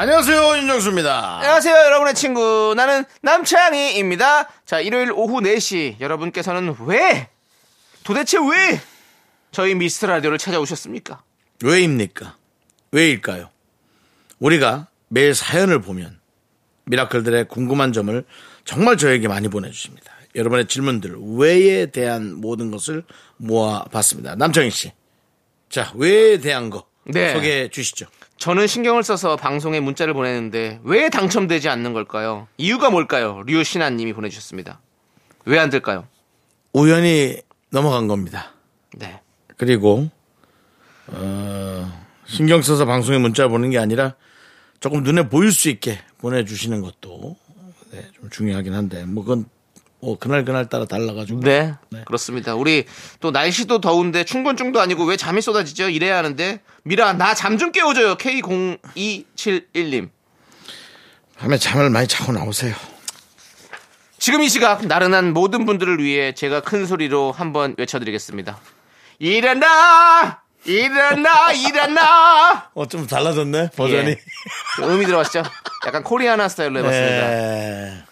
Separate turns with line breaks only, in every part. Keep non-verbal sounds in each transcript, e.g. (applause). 안녕하세요 윤정수입니다.
안녕하세요, 여러분의 친구. 나는 남창희입니다. 자, 일요일 오후 4시 여러분께서는 왜 도대체 왜 저희 미스터 라디오를 찾아오셨습니까?
왜입니까? 왜일까요? 우리가 매일 사연을 보면 미라클들의 궁금한 점을 정말 저에게 많이 보내주십니다. 여러분의 질문들 왜에 대한 모든 것을 모아봤습니다. 남정희 씨, 자 왜에 대한 거
네.
소개해 주시죠.
저는 신경을 써서 방송에 문자를 보내는데 왜 당첨되지 않는 걸까요? 이유가 뭘까요? 류신아 님이 보내주셨습니다. 왜 안 될까요?
우연히 넘어간 겁니다.
네.
그리고 어, 신경 써서 방송에 문자 보는 게 아니라 조금 눈에 보일 수 있게 보내주시는 것도 네, 좀 중요하긴 한데 뭐 그건 뭐 그날 그날 따라 달라가지고
네,
네.
그렇습니다. 우리 또 날씨도 더운데 충곤증도 아니고 왜 잠이 쏟아지죠? 이래야 하는데 미라 나 잠 좀 깨워줘요. K0271님.
밤에 잠을 많이 자고 나오세요.
지금 이 시각 나른한 모든 분들을 위해 제가 큰 소리로 한번 외쳐드리겠습니다. 일어나! 일어나! 일어나!
어 좀 달라졌네 버전이.
예. 좀 음이 들어가시죠? 약간 코리아나 스타일로 해봤습니다.
네.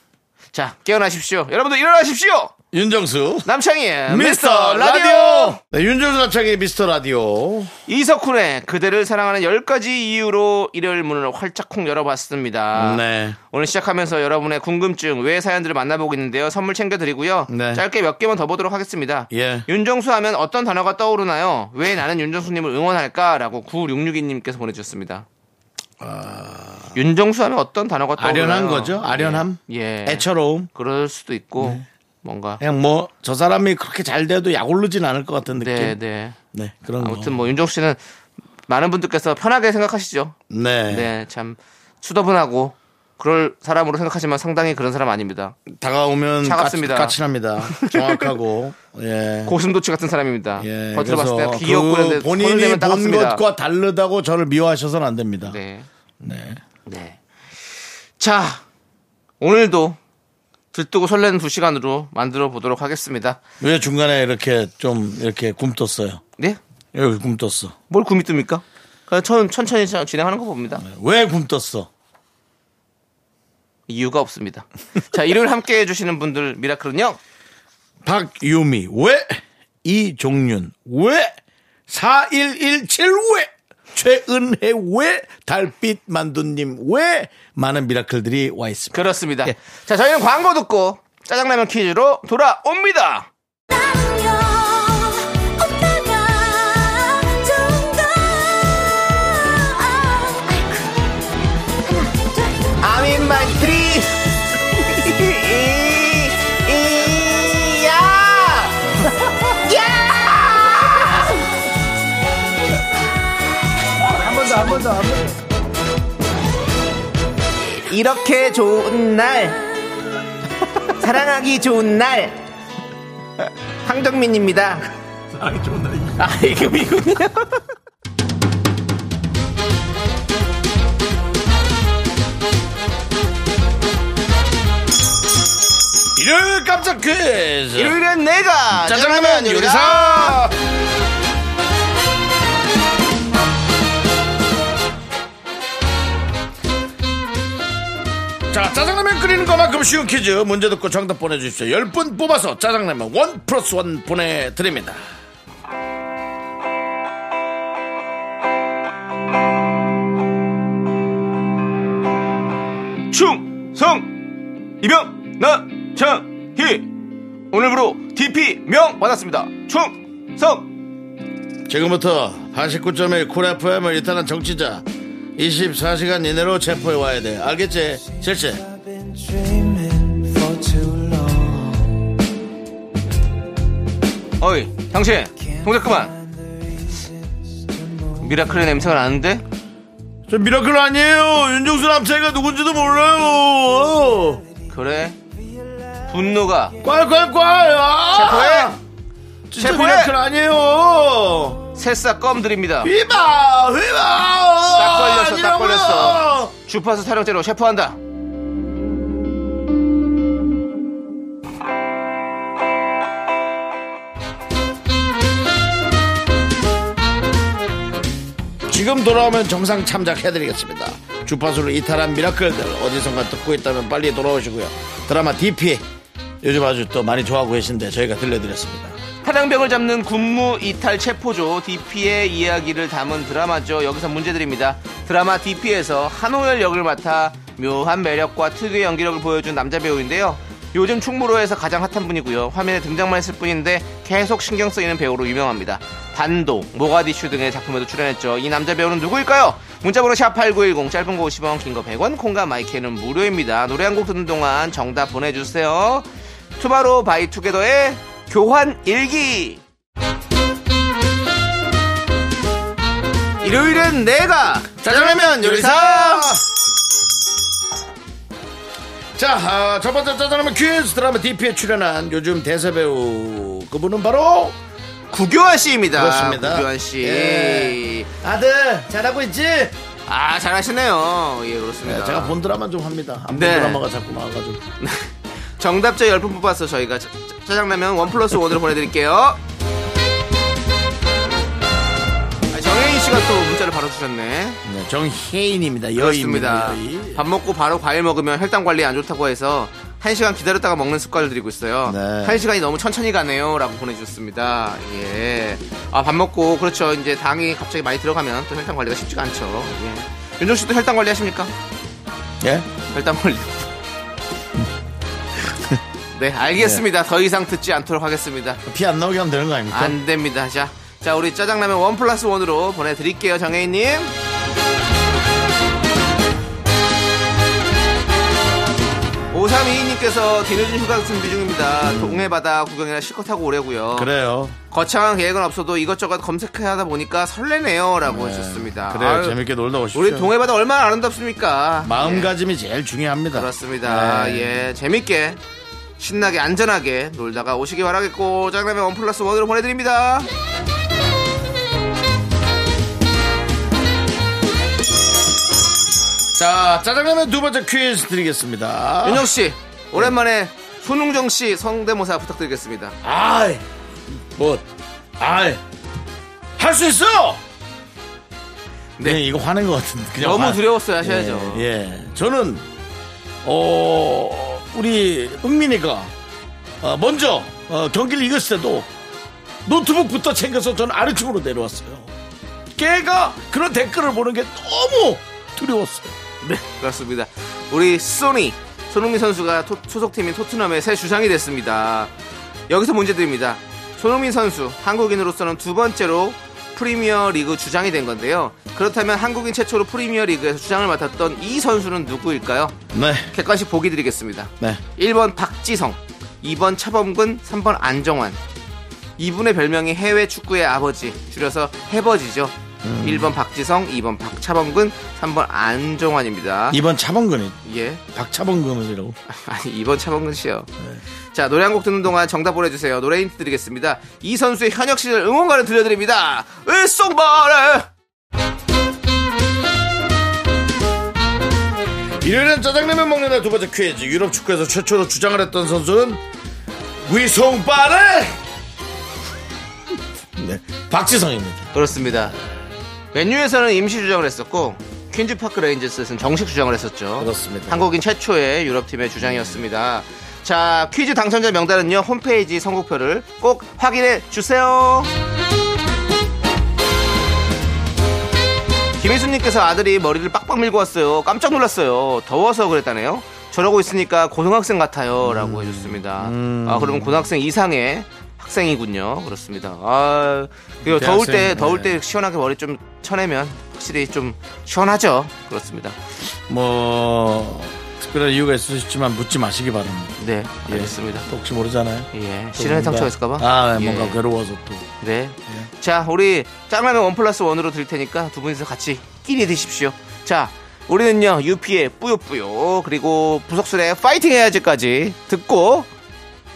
자, 깨어나십시오. 여러분들 일어나십시오!
윤정수
남창희의
네, 미스터 라디오. 네, 윤정수 남창의 미스터 라디오.
이석훈의 그대를 사랑하는 10가지 이유로 일요일 문을 활짝 콩 열어봤습니다.
네.
오늘 시작하면서 여러분의 궁금증 외 사연들을 만나보고 있는데요. 선물 챙겨드리고요.
네.
짧게 몇 개만 더 보도록 하겠습니다.
예.
윤정수 하면 어떤 단어가 떠오르나요? 왜 나는 윤정수님을 응원할까라고 9662님께서 보내주셨습니다. 윤정수 하면 어떤 단어가 떠오르나요?
아. 아련한 거죠. 네. 아련함.
예. 예.
애처로움.
그럴 수도 있고 뭔가
그냥 뭐 저 사람이 그렇게 잘 돼도 약 오르진 않을 것 같은 느낌.
네, 네.
네, 그런 거.
아무튼 뭐 윤정수 씨는 많은 분들께서 편하게 생각하시죠.
네.
네, 참 수더분하고 그럴 사람으로 생각하지만 상당히 그런 사람 아닙니다.
네. 다가오면
차갑습니다.
까치, 까칠합니다.
(laughs)
정확하고 예.
고슴도치 같은 사람입니다.
예.
겉으로 봤을 때
그래서
귀엽고
그
그런데 손을
본인이
대면
본
따갑습니다.
것과 다르다고 저를 미워하셔서는 안 됩니다.
네.
네.
네. 자, 오늘도 들뜨고 설레는 두 시간으로 만들어 보도록 하겠습니다.
왜 중간에 이렇게 좀 이렇게 굼떴어요?
네?
여기 굼떴어.
뭘 구미 뜹니까? 그냥 천, 천천히 자- 진행하는 거 봅니다.
왜 굼떴어?
이유가 없습니다. 자, 일요일 함께 해주시는 분들 미라클은요.
박유미 왜 이종윤 왜 4117 왜 최은혜 왜 달빛 만두님 왜 많은 미라클들이 와 있습니다.
그렇습니다.
예.
자, 저희는 광고 듣고 짜장라면 퀴즈로 돌아옵니다.
나는요 오빠가 좋은걸 아이쿠 하나
I'm in my (laughs) tree. 야! 이렇게 좋은 날. 사랑하기 좋은 날. 황정민입니다. 아, 이거 미군이요?
일요일 깜짝 퀴즈
일요일엔 내가
짜장라면 요리사 자 짜장라면 끓이는 것만큼 쉬운 퀴즈 문제 듣고 정답 보내주십시오 10분 뽑아서 짜장라면 원 플러스 원 보내드립니다
충성 이병 나창희 오늘부로 DP 명 받았습니다. 충성
지금부터 89.1 쿨 FM을 이탈한 정치자 24시간 이내로 체포해 와야 돼 알겠지? 실제
어이 당신 동작 그만 미라클의 냄새가 나는데
저 미라클 아니에요. 윤종수 남자애가 누군지도 몰라요.
그래 분노가
꽈꽈꽈. 아!
체포해
진짜
체포해!
미라클 아니에요.
새싹 껌 드립니다
휘바 휘바. 딱
걸렸어, 딱 걸렸어. 주파수 촬영죄로 체포한다
지금 돌아오면 정상 참작해드리겠습니다. 주파수를 이탈한 미라클들 어디선가 듣고 있다면 빨리 돌아오시고요. 드라마 DP 요즘 아주 또 많이 좋아하고 계신데 저희가 들려드렸습니다.
한양병을 잡는 군무 이탈 체포조 DP의 이야기를 담은 드라마죠. 여기서 문제 드립니다. 드라마 DP에서 한호열 역을 맡아 묘한 매력과 특유의 연기력을 보여준 남자 배우인데요. 요즘 충무로에서 가장 핫한 분이고요. 화면에 등장만 했을 뿐인데 계속 신경 쓰이는 배우로 유명합니다. 단독, 모가디슈 등의 작품에도 출연했죠. 이 남자 배우는 누구일까요? 문자번호 샵8910 짧은 거 50원 긴 거 100원 콩과 마이크는 무료입니다. 노래 한 곡 듣는 동안 정답 보내주세요. 투바로 바이투게더의 교환 일기. 일요일엔 내가
짜장라면 요리사! 자, 아, 첫 번째 짜장라면 퀴즈 드라마 DP에 출연한 요즘 대세 배우 그분은 바로
구교환 씨입니다.
그렇습니다.
구교환 씨.
예. 아들 잘하고 있지? 네,
아 잘하시네요. 예 그렇습니다.
제가 본 드라마 좀 합니다. 안본
네.
드라마가 자꾸 나와가지고
정답자 10분 뽑아서 저희가 짜- 짜장라면 원 플러스 원으로 보내드릴게요. 아, 정혜인 씨가 또 문자를 바로 주셨네.
네, 정혜인입니다. 여입니다.
그렇습니다. 밥 먹고 바로 과일 먹으면 혈당 관리 안 좋다고 해서 한 시간 기다렸다가 먹는 습관을 들이고 있어요.
네.
한 시간이 너무 천천히 가네요라고 보내주셨습니다. 예. 아 밥 먹고 그렇죠. 이제 당이 갑자기 많이 들어가면 또 혈당 관리가 쉽지가 않죠. 예. 윤종 씨도 혈당 관리 하십니까?
예?
혈당 관리. (laughs) 네 알겠습니다. 더 이상 듣지 않도록 하겠습니다.
피 안 나오게 하면 되는 거 아닙니까?
안 됩니다. 자, 자 우리 짜장라면 원 플러스 원으로 보내드릴게요, 정혜인님. 오삼이2님께서 뒤늦은 휴가 준비 중입니다. 동해바다 구경이나 실컷 하고 오려고요.
그래요.
거창한 계획은 없어도 이것저것 검색하다 보니까 설레네요라고 하셨습니다.
그래요.
아유,
재밌게 놀다 오십시오.
우리 동해바다 얼마나 아름답습니까? 예.
마음가짐이 네. 제일 중요합니다.
그렇습니다. 예, 재밌게 신나게 안전하게 놀다가 오시기 바라겠고 짜장라면 원 플러스 원으로 보내드립니다.
자, 짜장라면 두 번째 퀴즈 드리겠습니다.
윤정 씨 오랜만에 손흥정 씨 성대모사 부탁드리겠습니다.
아이, 뭐, 아이, 할 수 있어!
네.
네. 이거 화낸 것 같은데. 그냥
너무
화-
두려웠어요 하셔야죠.
예, 예. 저는, 어, 우리 은민이가, 어, 먼저, 어, 경기를 이겼을 때도 노트북부터 챙겨서 저는 아래층으로 내려왔어요. 걔가 그런 댓글을 보는 게 너무 두려웠어요.
그렇습니다. 우리 소니 손흥민 선수가 토- 소속팀인 토트넘의 새 주장이 됐습니다. 여기서 문제 드립니다. 손흥민 선수 한국인으로서는 두 번째로 프리미어 리그 주장이 된 건데요. 그렇다면 한국인 최초로 프리미어 리그에서 주장을 맡았던 이 선수는 누구일까요?
네,
객관식 보기 드리겠습니다.
네.
1번 박지성, 2번 차범근, 3번 안정환. 이분의 별명이 해외 축구의 아버지, 줄여서 해버지죠. 1번 박지성, 2번 박차범근, 3번 안정환입니다.
이번 차범근이,
예. (laughs)
박차범근이라고.
아니, 2번 차범근 씨요. 자, 노래 한 곡 듣는 동안 정답 보내주세요. 노래 힌트 드리겠습니다. 이 선수의 현역 시절 응원가를 들려드립니다. 을송벌을!
일요일엔 짜장라면 먹는 날 두 번째 퀴즈 유럽 축구에서 최초로 주장을 했던 선수는 위송빠레 네, 박지성입니다
그렇습니다. 맨유에서는 임시 주장을 했었고 퀸즈파크 레인저스에서는 정식 주장을 했었죠.
그렇습니다.
한국인 최초의 유럽팀의 주장이었습니다. 자 퀴즈 당첨자 명단은요 홈페이지 선곡표를 꼭 확인해 주세요. 김희수님께서 아들이 머리를 빡빡 밀고 왔어요. 깜짝 놀랐어요. 더워서 그랬다네요. 저러고 있으니까 고등학생 같아요.
음.
라고 해줬습니다. 아, 그러면 고등학생 이상의 학생이군요. 그렇습니다. 아, 그리고 더울
대학생,
때, 더울
네.
때 시원하게 머리 좀 쳐내면 확실히 좀 시원하죠. 그렇습니다.
뭐 특별한 이유가 있으시지만 묻지 마시기 바랍니다
네,
예.
알겠습니다.
또 혹시 모르잖아요
예,
또 뭔가-
실현의 상처가 있을까봐?
아 네,
예.
뭔가 괴로워서 또 네.
네. 자, 우리 짱라면 원 플러스 원으로 드릴 테니까 두 분이서 같이 끼니 드십시오. 자, 우리는요, 유피의 뿌요뿌요, 그리고 부석술의 파이팅 해야지까지 듣고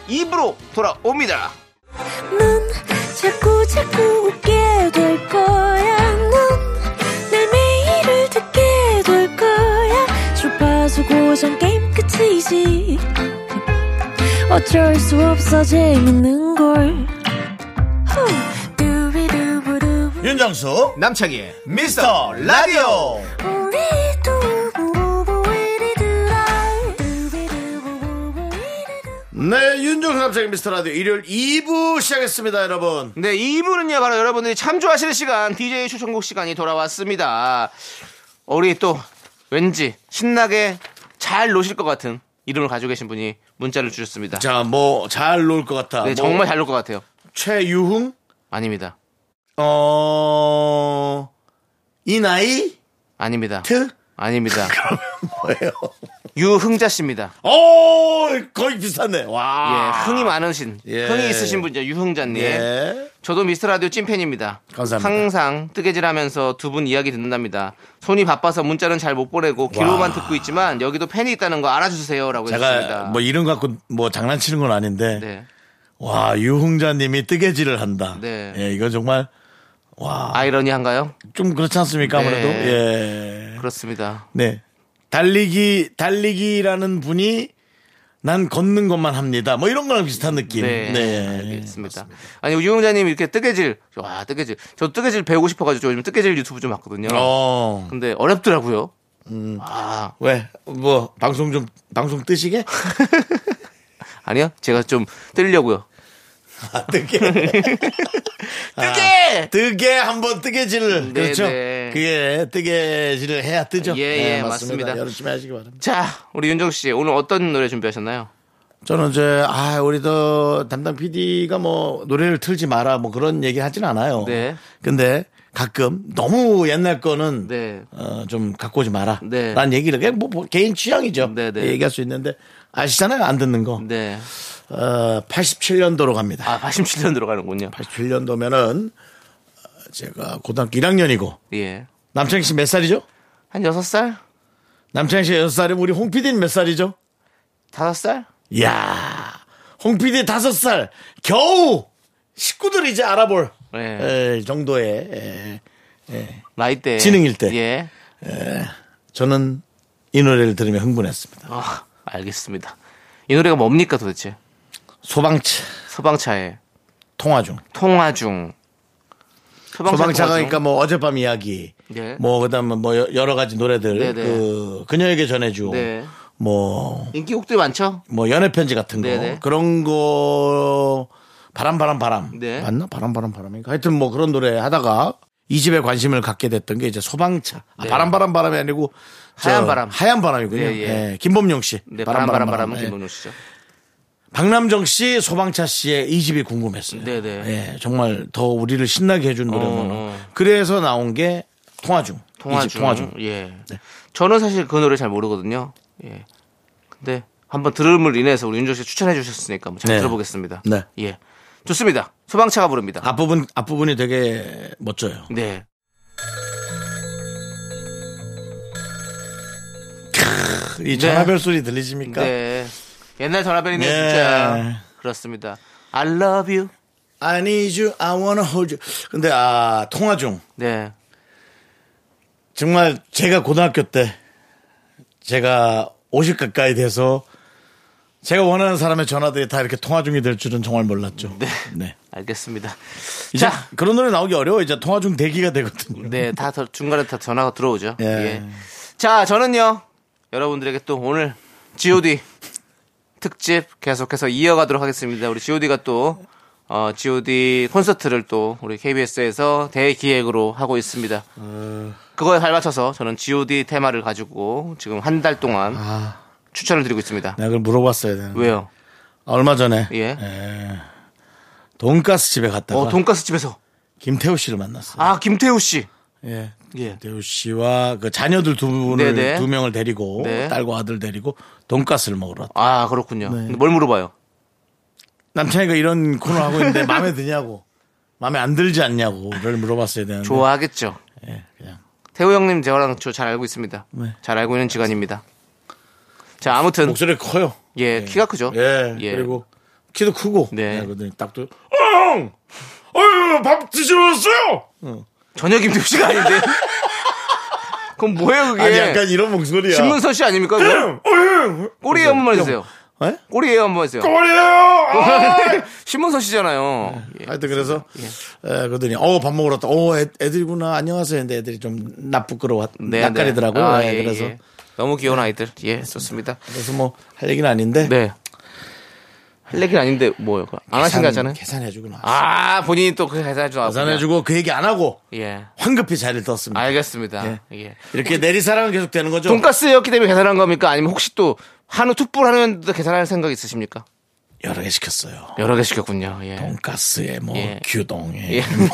입으로 돌아옵니다.
넌 자꾸 자꾸 웃게 될 거야. 넌내 매일을 듣게 될 거야. 주파수 고정 게임 끝이지. 어쩔 수 없어 재밌는 걸. 후. 두비두부두.
윤정수
남창희의 미스터 라디오!
우리 두부부부 우리 두라. 두비두부부부 우리 두-
네 윤정수 남창희 미스터라디오 일요일 2부 시작했습니다 여러분
네, 이분은요, 바로 여러분들이 참 좋아하시는 시간, DJ 추천곡 시간이 돌아왔습니다. 우리 또, 왠지, 신나게 잘 노실 것 같은 이름을 가지고 계신 분이 문자를 주셨습니다.
자 뭐 잘 놀 것 같다
네,
뭐
정말 잘 놀 것 같아요.
최유흥
아닙니다.
어, 이 나이?
아닙니다.
트? (laughs)
아닙니다.
뭐예요?
유흥자 씨입니다.
오,
어,
거의 비슷하네. 와.
예, 흥이 많으신,
아. 예.
흥이 있으신 분이죠, 유흥자님.
예.
저도 미스터 라디오 찐팬입니다.
감사합니다.
항상 뜨개질하면서 두 분 이야기 듣는답니다. 손이 바빠서 문자는 잘 못 보내고 귀로만 듣고 있지만 여기도 팬이 있다는 거 알아주세요라고
제가
했습니다.
뭐 이름 갖고 뭐 장난치는 건 아닌데.
네.
와, 유흥자님이 뜨개질을 한다.
네.
예, 이거 정말. 와.
아이러니한가요?
좀 그렇지 않습니까?
네.
아무래도. 예.
그렇습니다.
네. 달리기, 달리기라는 분이 난 걷는 것만 합니다. 뭐 이런 거랑 비슷한 느낌.
네, 알겠습니다. 아니 유용자님 이렇게 뜨개질, 와 뜨개질, 저 뜨개질 배우고 싶어가지고 요즘 뜨개질 유튜브 좀 봤거든요.
어. 음.
근데 어렵더라고요. 아
왜? 뭐, 방송 좀, 방송 뜨시게?
(laughs) 아니요, 제가 좀 뜨려고요.
아,
(laughs)
뜨게.
뜨개!
뜨게 한번 뜨개질을
네,
그렇죠.
네.
그게 뜨개질을 해야 뜨죠.
예,
네,
예, 맞습니다.
열심히 하시기 바랍니다.
자, 우리 윤정 씨 오늘 어떤 노래 준비하셨나요?
저는 이제 아 우리 더 담당 PD가 뭐 노래를 틀지 마라 뭐 그런 얘기 하진 않아요.
네.
근데 가끔 너무 옛날 거는
네.
어, 좀 갖고 오지 마라.
네.
라는 얘기를 그냥 뭐, 뭐 개인 취향이죠.
네, 네.
얘기할 수 있는데 아시잖아요 안 듣는 거.
네.
어, 87년도로 갑니다.
아, 87년 들어가는군요.
87년도면은 제가 고등학교 1학년이고
예.
남창희 씨 몇 살이죠?
한 6살?
남창희 씨가 6살이면 우리 홍 PD는 몇 살이죠?
5살?
이야, 홍 PD 다섯 살, 겨우 식구들이 이제 알아볼
네.
에, 정도의 에,
나이 때.
지능일 때.
예.
저는 이 노래를 들으며 흥분했습니다.
아, 알겠습니다. 이 노래가 뭡니까 도대체?
소방차
소방차에
통화 중.
통화 중. 소방차 통화 중.
소방차가니까 뭐 어젯밤 이야기,
네.
뭐 그다음에 뭐 여- 여러 가지 노래들,
네, 네.
그 그녀에게 전해주고,
네.
뭐
인기곡들 많죠?
뭐 연애 편지 같은 거
네네.
그런 거 바람 바람 바람
네.
맞나 바람 바람 바람인가 하여튼 뭐 그런 노래 하다가 이 집에 관심을 갖게 됐던 게 이제 소방차 아,
네.
바람 바람 바람이 아니고 저
하얀 바람.
하얀 바람이군요
예, 예.
예, 김범용 씨
네, 바람 바람 바람은
예.
김건우 씨죠.
박남정 씨 소방차 씨의 이 집이 궁금했어요
네네.
예, 정말 더 우리를 신나게 해준 노래구나
어.
그래서 나온 게 통화 중
통화
이집
중.
통화 중 네.
예. 저는 사실 그 노래 잘 모르거든요. 예. 근데 한번 들음을 인해서 우리 윤정 씨가 추천해 주셨으니까 한번 잘
네.
들어보겠습니다.
네. 아.
예. 좋습니다. 소방차가 부릅니다.
앞부분 앞부분이 되게 멋져요
네.
이 전화벨 소리 들리십니까
네. 옛날 전화벨이네
그러니까. 네.
진짜. 그렇습니다. I love you.
I need you, I wanna hold you. 근데 아 통화 중
네.
정말 제가 고등학교 때 제가 50 가까이 돼서 제가 원하는 사람의 전화들이 다 이렇게 통화 중이 될 줄은 정말 몰랐죠. 네.
(laughs) 알겠습니다.
이제
자,
그런 노래 나오기 어려워 이제 통화 중 대기가 되거든요.
네, 다 더- 중간에 다 전화가 들어오죠.
예.
예. 자, 저는요 여러분들에게 또 오늘 G.O.D 특집 계속해서 이어가도록 하겠습니다. 우리 G.O.D가 또 어, G.O.D 콘서트를 또 우리 KBS에서 대기획으로 하고 있습니다. 그거에 발맞춰서 저는 G.O.D 테마를 가지고 지금 한 달 동안 추천을 드리고 있습니다.
내가 그걸 물어봤어야 되는데
왜요?
얼마 전에
예.
돈가스 집에 갔다가
어, 돈가스 집에서
김태우 씨를 만났어요.
아 김태우 씨.
예.
예.
대우 씨와 그 자녀들 두 분을
네네.
두 명을 데리고
네.
딸과 아들 데리고 돈가스를 먹으러 왔다.
아 그렇군요. 근데 뭘 물어봐요?
남창이가 이런 코너 하고 있는데 마음에 드냐고 마음에 안 들지 않냐고를 물어봤어야 되는데
좋아하겠죠.
예, 그냥
태호 형님 저랑 저 잘 알고 있습니다. 잘 알고 있는 시간입니다. 자 아무튼
네. 목소리 커요.
예, 키가 크죠.
예,
예.
그리고 키도 크고.
네.
네. 그러더니 딱도 엉! 어유 밥 드시러 왔어요.
전혀 김두씨가
(laughs)
아닌데. 그럼 뭐예요 그게?
아니 음, 약간 이런 목소리야.
신문서 씨 아닙니까? 그거?
어유
꼬리에 한번 해주세요.
예?
꼬리에 한번 해주세요.
꼬리에요. 네. 아!
(laughs) 신문서 씨잖아요. 예.
하여튼 그래서 에, 그러더니 어밥 먹으러 왔다. 어 애, 들이구나 안녕하세요. 근데 애들이 좀 나쁘끄러워
네,
낯가리더라고요.
네. 아,
예,
예,
그래서
예. 너무 귀여운 아이들. 예, 좋습니다.
그래서 뭐 할 얘기는 아닌데
네. 할 얘기는 아닌데 뭐요? 안 하신
계산,
거 하잖아요.
계산해주고 나.
아, 본인이 또 그 계산해 주나.
계산해주고 그 얘기 안 하고
예.
황급히 자리를 떴습니다.
알겠습니다. 예.
이렇게 내리사랑은 계속 되는 거죠.
돈가스였기 때문에 계산한 겁니까? 아니면 혹시 또 한우 툭불 하는데도 계산할 생각 있으십니까?
여러 개 시켰어요.
여러 개 시켰군요. 예.
돈가스에 뭐
예.
규동에
예.
뭐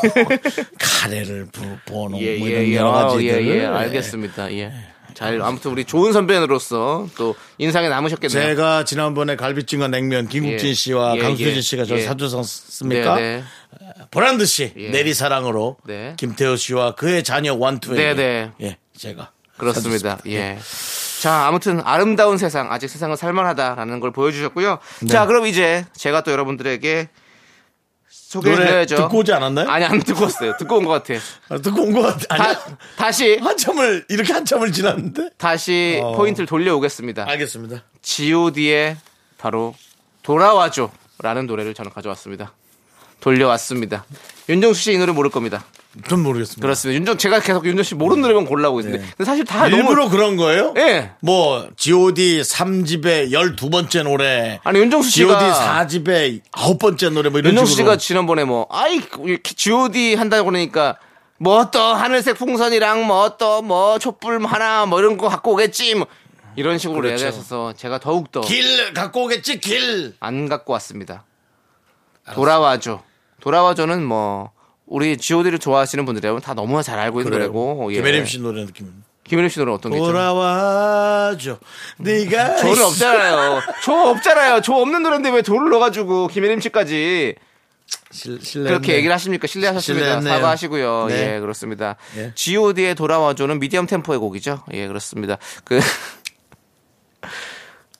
카레를 부- 부어놓은
예,
뭐
예,
이런
예.
여러
아,
가지들을
예, 예. 알겠습니다. 예. 잘 아무튼 우리 좋은 선배로서 또 인상에 남으셨겠네요.
제가 지난번에 갈비찜과 냉면 김국진
예.
씨와
예,
강수진
예.
씨가 저를
예.
사주셨습니까?
네,
보란 듯이
예.
내리사랑으로
네.
김태호 씨와 그의 자녀 원투에
네, 네.
예 제가
그렇습니다.
사줬습니다.
예. 자, 아무튼 아름다운 세상, 아직 세상은 살만하다라는 걸 보여주셨고요.
네.
자, 그럼 이제 제가 또 여러분들에게 소개를
노래
해야죠.
듣고 오지 않았나요?
아니, 안 듣고 왔어요. 듣고 온 것 같아요.
아, 듣고 온 것 같아. 아니
다, 다시,
한참을 이렇게 한참을 지났는데
다시
어.
포인트를 돌려오겠습니다.
알겠습니다.
god의 바로 돌아와줘 라는 노래를 저는 가져왔습니다. 돌려왔습니다. 윤정수 씨 이 노래 모를 겁니다.
전 모르겠습니다.
그렇습니다. 윤정 제가 계속 윤정 씨 모르는 노래만 골라오고 있는데 근데 사실 다
네. 일부러
너무
그런 거예요?
예.
뭐 G.O.D. 3집의 12번째 노래
아니 윤정수 씨가
G.O.D. 4집의 9번째 노래 뭐 이런
윤정수
식으로
씨가 지난번에 뭐 아이 이렇게 god 한다고 그러니까 뭐 또 하늘색 풍선이랑 뭐 또 뭐 촛불 하나 뭐 이런 거 갖고 오겠지 뭐 이런 식으로
그렇죠.
얘기하셔서 제가 더욱 더
길 갖고 오겠지 길
안 갖고 왔습니다. 돌아와줘. 돌아와줘는 뭐 우리 G.O.D를 좋아하시는 분들이라면 다 너무나 잘 알고 있는 노래고. 예.
김혜림 씨 노래 느낌
김혜림 씨 노래 어떤 게 있죠?
돌아와줘 네가
조를
있어.
없잖아요. 조 없잖아요. 조 없는 노래인데 왜 조를 넣어가지고 김혜림 씨까지
실- 실례했네.
그렇게 얘기를 하십니까? 실례하셨습니다.
실례했네요.
사과하시고요.
네.
예, 그렇습니다.
예.
G.O.D의 돌아와줘는 미디엄 템포의 곡이죠. 예, 그렇습니다. 그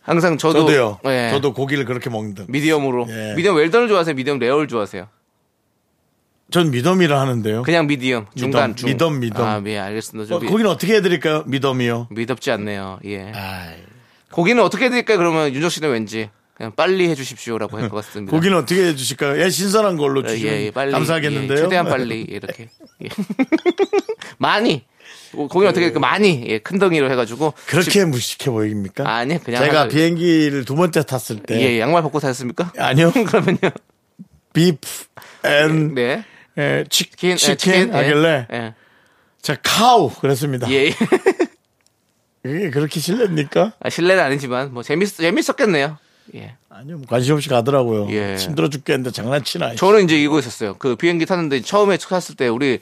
항상 저도
저도요
예,
저도 고기를 그렇게 먹는다
미디엄으로
예.
미디엄 웰던을 좋아하세요? 미디엄 레어를 좋아하세요?
전 미덤이라 하는데요
그냥 미디엄 중간 중
미덤, 미덤.
아, 예, 알겠습니다.
어,
좀 미,
거기는 어떻게 해드릴까요 미덤이요
미덥지 않네요. 예.
아이,
고기는 어떻게 해드릴까요 그러면 윤정 씨는 왠지 그냥 빨리 해주십시오라고 할 것 같습니다.
고기는 어떻게 해주실까요 예 신선한 걸로
예,
주시면
예, 빨리
감사하겠는데요
예, 최대한 빨리 이렇게 예. (laughs) 많이 고기는 어떻게 그 많이 예, 큰 덩이로 해가지고
그렇게
집-
무식해 보입니까?
아니, 그냥
제가
하나-
비행기를 두 번째 탔을 때
예, 양말 벗고 다녔습니까? (laughs)
아니요
그러면요.
비프 앤
네.
예, 치,
치킨, 예,
치킨,
치킨, 예.
하길래
예.
제가 카우 그랬습니다.
예. 예.
그게 그렇게 실례입니까?
아, 실례는 아니지만 뭐 재밌 재밌었겠네요. 예.
아니요 뭐 관심 없이 가더라고요.
예.
힘들어 죽겠는데 장난치나.
저는 이제 이거 있었어요. 그 비행기 탔는데 처음에 탔을 때 우리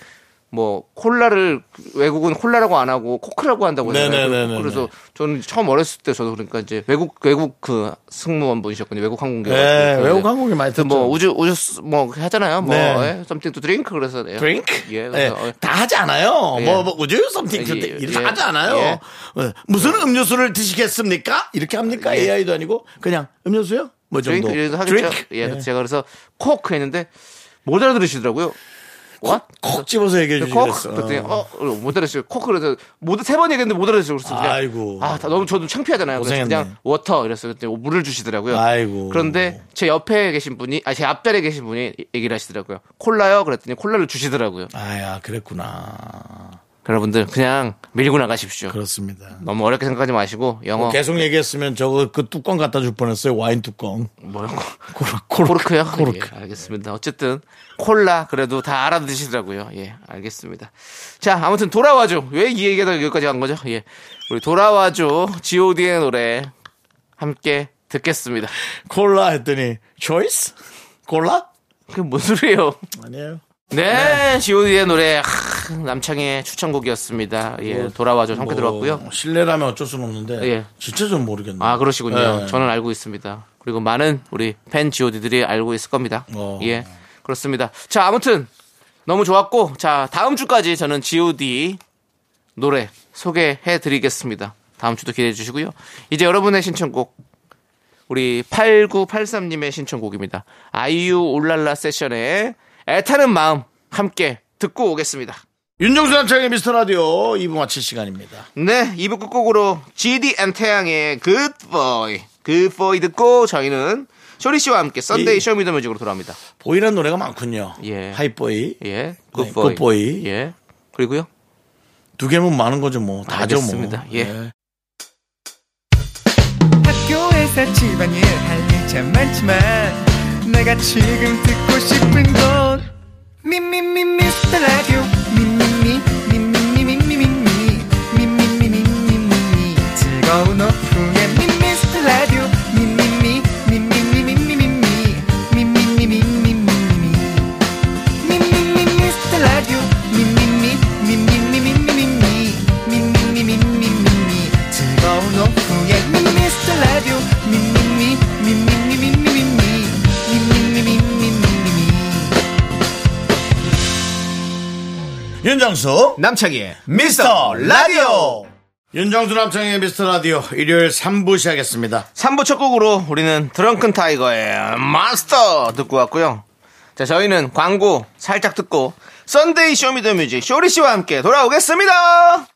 뭐 콜라를 외국은 콜라라고 안 하고 코크라고 한다고
네네네네네.
하잖아요. 그래서 저는 처음 어렸을 때 저도 그러니까 이제 외국 외국 그 승무원 분이셨거든요. 외국 항공기.
예, 외국 항공이 많이 탔죠.
뭐 우주 우주 뭐 하잖아요. 뭐
네.
네. something to drink 그래서 예.
드링크?
예.
예,
그래서 어,
다 하지 않아요.
예.
뭐, 뭐, 우주 썸띵
예,
예,
예.
다 하지 않아요. 어, 무슨 음료수를 드시겠습니까? 이렇게 합니까? AI도 아니고 그냥 음료수요? 뭐 정도.
드링크 예. 이래서 하겠죠. 예.
네.
그래서 제가 그래서 코크 했는데 못 알아들으시더라고요. What?
콕 집어서 얘기해
그 콕?
네, 주시겠어요.
그랬더니, 어, 못 알아들었어요. 콕, 그래서, 못, 세번 얘기했는데 못 알아들었어요. 그래서 그냥,
아이고.
아, 다 너무 저도 창피하잖아요. 그래서
고생했네.
그냥, 워터, 이랬어요. 그때 물을 주시더라고요.
아이고.
그런데, 제 옆에 계신 분이, 아, 제 앞자리에 계신 분이 얘기를 하시더라고요. 콜라요? 그랬더니, 콜라를 주시더라고요. 그러니까
아야, 그랬구나.
여러분들, 그냥 밀고 나가십시오.
그렇습니다.
너무 어렵게 생각하지 마시고, 영어,
뭐 계속 얘기했으면 저거 그 뚜껑 갖다 줄 뻔했어요. 와인 뚜껑.
뭐야,
코르,
코르크요?
코르크.
예, 알겠습니다. 어쨌든, 콜라, 그래도 다 알아드시더라고요. 예, 알겠습니다. 자, 아무튼, 돌아와줘. 왜 이 얘기가 여기까지 간 거죠? 예. 우리 돌아와줘. GOD의 노래, 함께 듣겠습니다.
콜라 했더니 초이스? 콜라?
그게 뭔 소리예요?
아니에요.
네, GOD의 노래, 하, 남창의 추천곡이었습니다.
뭐,
예, 돌아와줘. 함께 들어왔고요.
실례라면 어쩔 수는 없는데
예.
진짜 좀 모르겠네요.
아, 그러시군요.
예.
저는 알고 있습니다. 그리고 많은 우리 팬 GOD들이 알고 있을 겁니다.
어.
예. 그렇습니다. 자, 아무튼 너무 좋았고, 자, 다음 주까지 저는 GOD 노래 소개해 드리겠습니다. 다음 주도 기대해 주시고요. 이제 여러분의 신청곡 우리 8983님의 신청곡입니다. 아이유 올랄라 세션의 애타는 마음 함께 듣고 오겠습니다.
윤정수 남창의 미스터 라디오 2부 마칠 시간입니다.
네, 2부 끝곡으로 GDM 태양의 Good Boy, Good Boy 듣고 저희는 쇼리 씨와 함께 썬데이
예.
쇼미더뮤직으로 돌아옵니다.
보이란 노래가 많군요.
예.
하이보이.
예,
네,
Good Boy,
굿보이.
예, 그리고요.
두 개면 많은 거죠 뭐. 다죠
알겠습니다.
뭐.
예.
학교에서 집안일 할 일 참 많지만 내가 지금 듣고 싶은 건 미미미 미스터 라디오 미미미 미미미 미미미 미미미 미미미 즐거운 오후에 미스터 라디오 미미미 미미미 미미미 미미미 미미미
윤정수
남창희의
미스터 라디오. 윤정수 남창의 미스터 라디오 일요일 3부 시작했습니다.
3부 첫 곡으로 우리는 드렁큰 타이거의 마스터 듣고 왔고요. 자, 저희는 광고 살짝 듣고 썬데이 쇼미더뮤직 쇼리 씨와 함께 돌아오겠습니다.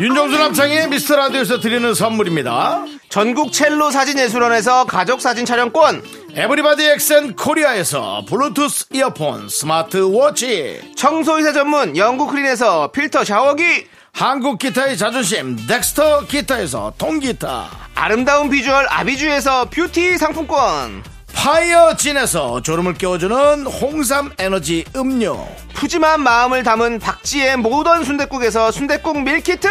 윤정수 남창의 미스터 라디오에서 드리는 선물입니다.
전국 첼로 사진예술원에서 가족 사진 촬영권,
에브리바디 엑센 코리아에서 블루투스 이어폰, 스마트워치,
청소이사 전문 영국 크린에서 필터 샤워기,
한국 기타의 자존심 덱스터 기타에서 통기타,
아름다운 비주얼 아비주에서 뷰티 상품권,
파이어진에서 졸음을 깨워주는 홍삼 에너지 음료,
푸짐한 마음을 담은 박지의 모던 순댓국에서 순댓국 밀키트,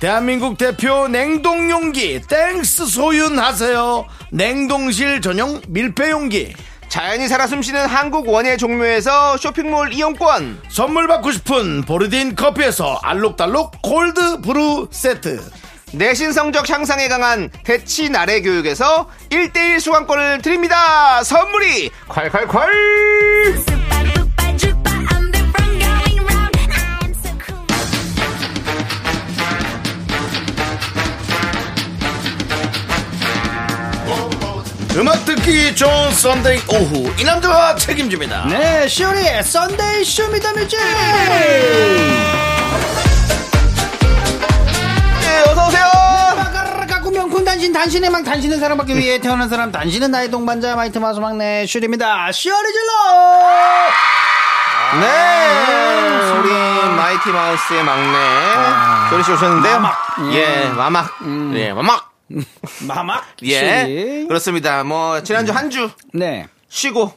대한민국 대표 냉동용기 땡스 소윤하세요 냉동실 전용 밀폐용기
자연이 살아 숨쉬는 한국 원예 종묘에서 쇼핑몰 이용권,
선물 받고 싶은 보르딘 커피에서 알록달록 골드 브루 세트
내신 성적 향상에 강한 대치 나래 교육에서 1대1 수강권을 드립니다. 선물이 콸콸콸!
음악 듣기 좋은 썬데이 오후 이 남자가 책임집니다
네, 쇼리의 썬데이 쇼미더뮤직!
네, 어서오세요!
까꾸명 군단신 단신의 망 단신은 사랑받기 위해 태어난 사람 단신은 나의 동반자 마이트 마수 막내 쇼리입니다. 쇼리 질러!
네! 우리 마이티 마우스의 막내 조리씨 오셨는데요.
마막.
예, 마막. 예, 마막.
마막
(laughs) 예.
쇼리.
그렇습니다. 뭐, 지난주 한 주
네.
쉬고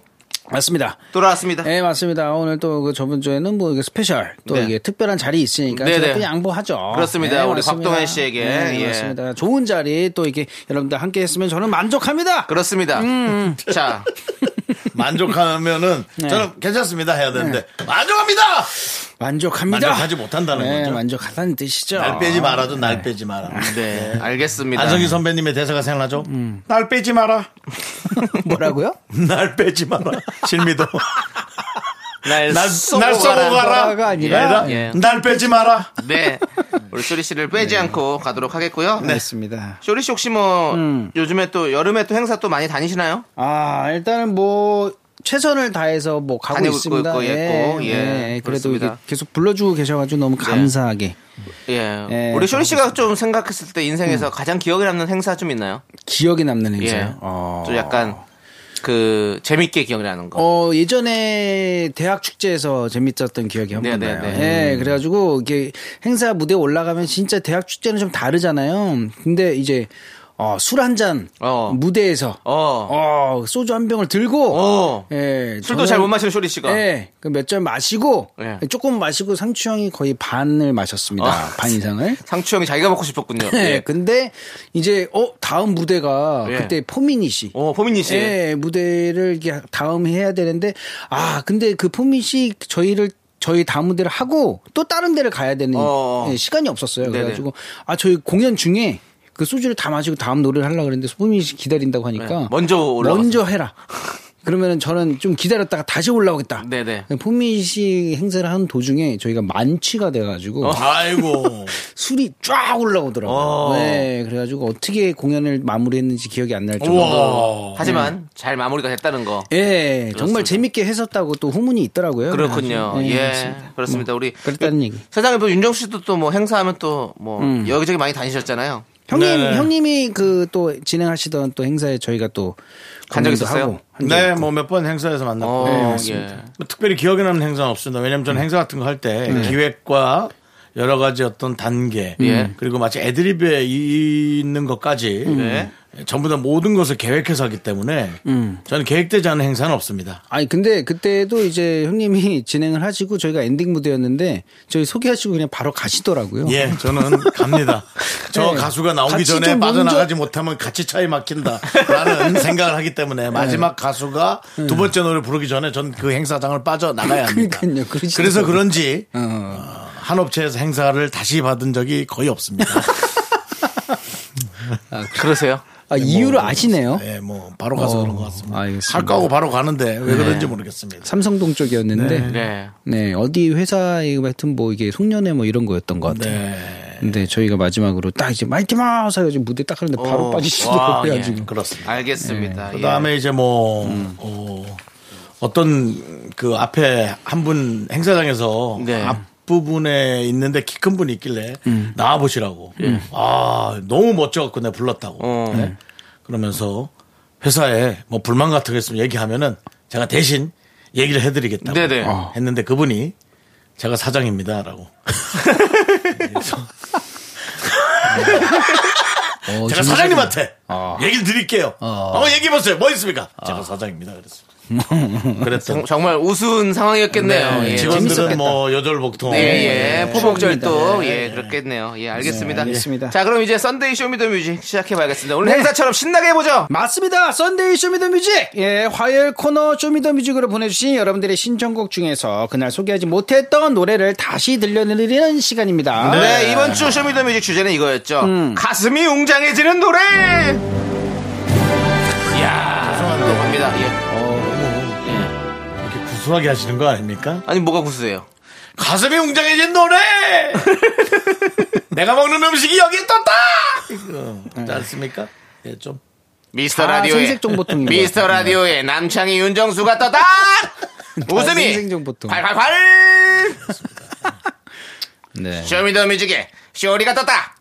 맞습니다.
돌아왔습니다.
네 맞습니다. 오늘 또 그 저번 주에는 뭐 이게 스페셜 또
네.
이게 특별한 자리 있으니까
네네.
제가 또 양보하죠. 네,
그렇습니다. 우리
맞습니다.
박동현 씨에게.
네,
예.
맞습니다. 좋은 자리 또 이렇게 여러분들 함께 했으면 저는 만족합니다.
그렇습니다. (laughs) 자,
만족하면은 저는 괜찮습니다 해야 되는데 만족합니다
만족합니다.
만족하지 못한다는
네,
거죠
만족하다는 뜻이죠.
날 빼지 말아줘 날 빼지 마라
네, 알겠습니다.
안성기 선배님의 대사가 생각나죠 날 빼지 마라
(laughs)
(laughs)
뭐라고요?
날 빼지 마라 실미도
날,
날,
쏘고
날 쏘고
가라.
가라
뭐라가 아니라.
예.
예.
날 빼지 마라
네. 우리 쇼리 씨를 빼지 않고 가도록 하겠고요.
네.
네.
맞습니다.
쇼리 씨 혹시 뭐 요즘에 또 여름에 또 행사 또 많이 다니시나요?
아 일단은 뭐 최선을 다해서 뭐 가고
다니고
있습니다. 네,
있고 있고, 예,
그래도
그렇습니다. 네.
이게 계속 불러주고 계셔가지고 너무 감사하게
예.
예,
우리 쇼리 씨가 좀 생각했을 때 인생에서 가장 기억에 남는 행사 좀 있나요?
기억에 남는 행사요.
예.
어.
좀 약간 그 재밌게 기억에 나는 거.
어 예전에 대학 축제에서 재밌었던 기억이 한 번 나요.
네네네. 음.
예, 그래가지고 이게 행사 무대 에 올라가면 진짜 대학 축제는 좀 다르잖아요. 근데 이제 어, 술 한 잔
어.
무대에서
어.
어. 소주 한 병을 들고
어.
예,
술도
저는-
잘 못 마시는 쇼리 씨가.
예, 몇 잔 마시고
예.
조금 마시고 상추 형이 거의 반을 마셨습니다.
아.
반 이상을.
상추 형이 자기가 먹고 싶었군요.
예.
예.
(laughs) 근데 이제 어 다음 무대가
예.
그때 포미니 씨.
어, 포민희 씨.
예, 무대를 이렇게 다음 해야 되는데 아 근데 그 포미 씨 저희를 저희 다음 무대를 하고 또 다른 데를 가야 되는
어어.
예, 시간이 없었어요.
네네.
그래가지고 아 저희 공연 중에 그 소주를 다 마시고 다음 노래를 하려고 그랬는데 포미 씨 기다린다고 하니까
네, 먼저 올라가서.
먼저 해라. (laughs) 그러면 저는 좀 기다렸다가 다시 올라오겠다.
네네.
풍미식 행사를 하는 도중에 저희가 만취가 돼가지고
아이고.
술이 쫙 올라오더라고요.
어.
네, 그래가지고 어떻게 공연을 마무리했는지 기억이 안 날 정도.
우와.
하지만 잘 마무리가 됐다는 거.
예, 정말
그렇습니다.
재밌게 했었다고 또 후문이 있더라고요.
그렇군요.
그래가지고.
예,
그렇습니다.
그렇습니다.
뭐,
우리
그랬다는 얘기.
세상에 또 윤정수 씨도 또 뭐 행사하면 또 뭐 여기저기 많이 다니셨잖아요.
형님,
네.
형님이 그 또 진행하시던 또 행사에 저희가
간적
또간적
있었어요?
네, 뭐 몇 번 행사에서 만났고.
어, 예.
뭐 특별히 기억에 남는 행사는 없습니다. 왜냐면 저는 행사 같은 거 할 때 기획과 여러 가지 어떤 단계
예.
그리고 마치 애드립에 이- 있는 것까지
네.
전부 다 모든 것을 계획해서 하기 때문에 저는 계획되지 않은 행사는 없습니다.
아니 근데 그때도 이제 형님이 (laughs) 진행을 하시고 저희가 엔딩 무대였는데 저희 소개하시고 그냥 바로 가시더라고요. (laughs)
예, 저는 갑니다. 저
네.
가수가 나오기
같이
전에
좀 먼저- 네.
빠져나가지 못하면 같이 차에
(laughs)
막힌다라는 생각을 하기 때문에 마지막 가수가 두 번째 노래 부르기 전에 전 그 행사장을 빠져나가야 합니다.
그러니까요, 그러시더라고요.
그래서 그런지
어.
한 업체에서 행사를 다시 받은 적이 거의 없습니다.
그러세요?
아, (laughs) 이유를 아시네요. 어,
네, 뭐 바로 가서 그런 것 같습니다.
알겠습니다. 네.
할까 하고 바로 가는데 왜 그런지 모르겠습니다.
삼성동 쪽이었는데 네.
네.
어디 회사에 하여튼 뭐 이게 송년회 뭐 이런 거였던 것 같아요.
네,
근데 저희가 마지막으로 딱 이제 마이티마 사가지고 무대 딱 하는데 바로
어, 와,
빠지시더라고요.
예.
어,
지금.
아, 그렇습니다.
알겠습니다. 예.
그 다음에 이제 뭐 어, 어떤 그 앞에 한 분 행사장에서
네.
앞 부분에 있는데 키 큰 분이 있길래 나와 보시라고. 아 너무 멋져갖고 내가 불렀다고.
어.
네. 그러면서 회사에 뭐 불만 같은 거 있으면 얘기하면은 제가 대신 얘기를 해드리겠다고
네네.
어. 했는데 그분이 제가 사장입니다라고.
어,
제가
재밌-
사장님한테 아. 얘기를 드릴게요. 어, 얘기해보세요. 뭐 있습니까? 제가 사장입니다. (laughs) 그랬어요. 그랬던
정- 정말 우스운 상황이었겠네요. 예.
직원들은 뭐 여절복통.
예, 예. 포복절도
좋습니다.
예, 그렇겠네요. 예, 알겠습니다. 네.
알겠습니다.
자, 그럼 이제 썬데이 쇼미더뮤직 시작해 봐야겠습니다. 오늘 행사처럼 신나게 해 보죠.
맞습니다. 썬데이 쇼미더뮤직. 예, 화요일 코너 쇼미더뮤직으로 보내주신 여러분들의 신청곡 중에서 그날 소개하지 못했던 노래를 다시 들려드리는 시간입니다.
네. 음. 이번 주 쇼미더뮤직 주제는 이거였죠. 가슴이 웅장해지는 노래. 이야, 죄송합니다. 갑니다. 예.
이렇게 구수하게 하시는 거 아닙니까?
아니 뭐가 구수해요?
가슴이 웅장해진 노래! 내가 먹는 음식이 여기 있었다! 이거 없지 않습니까? 예, 좀.
미스터
아,
라디오의 (laughs)
생색정보통인 것
미스터 라디오의 남창희 윤정수가 떴다. 웃음이
생색정보통.
활활활
네.
쇼미더뮤직의 쇼리가 떴다.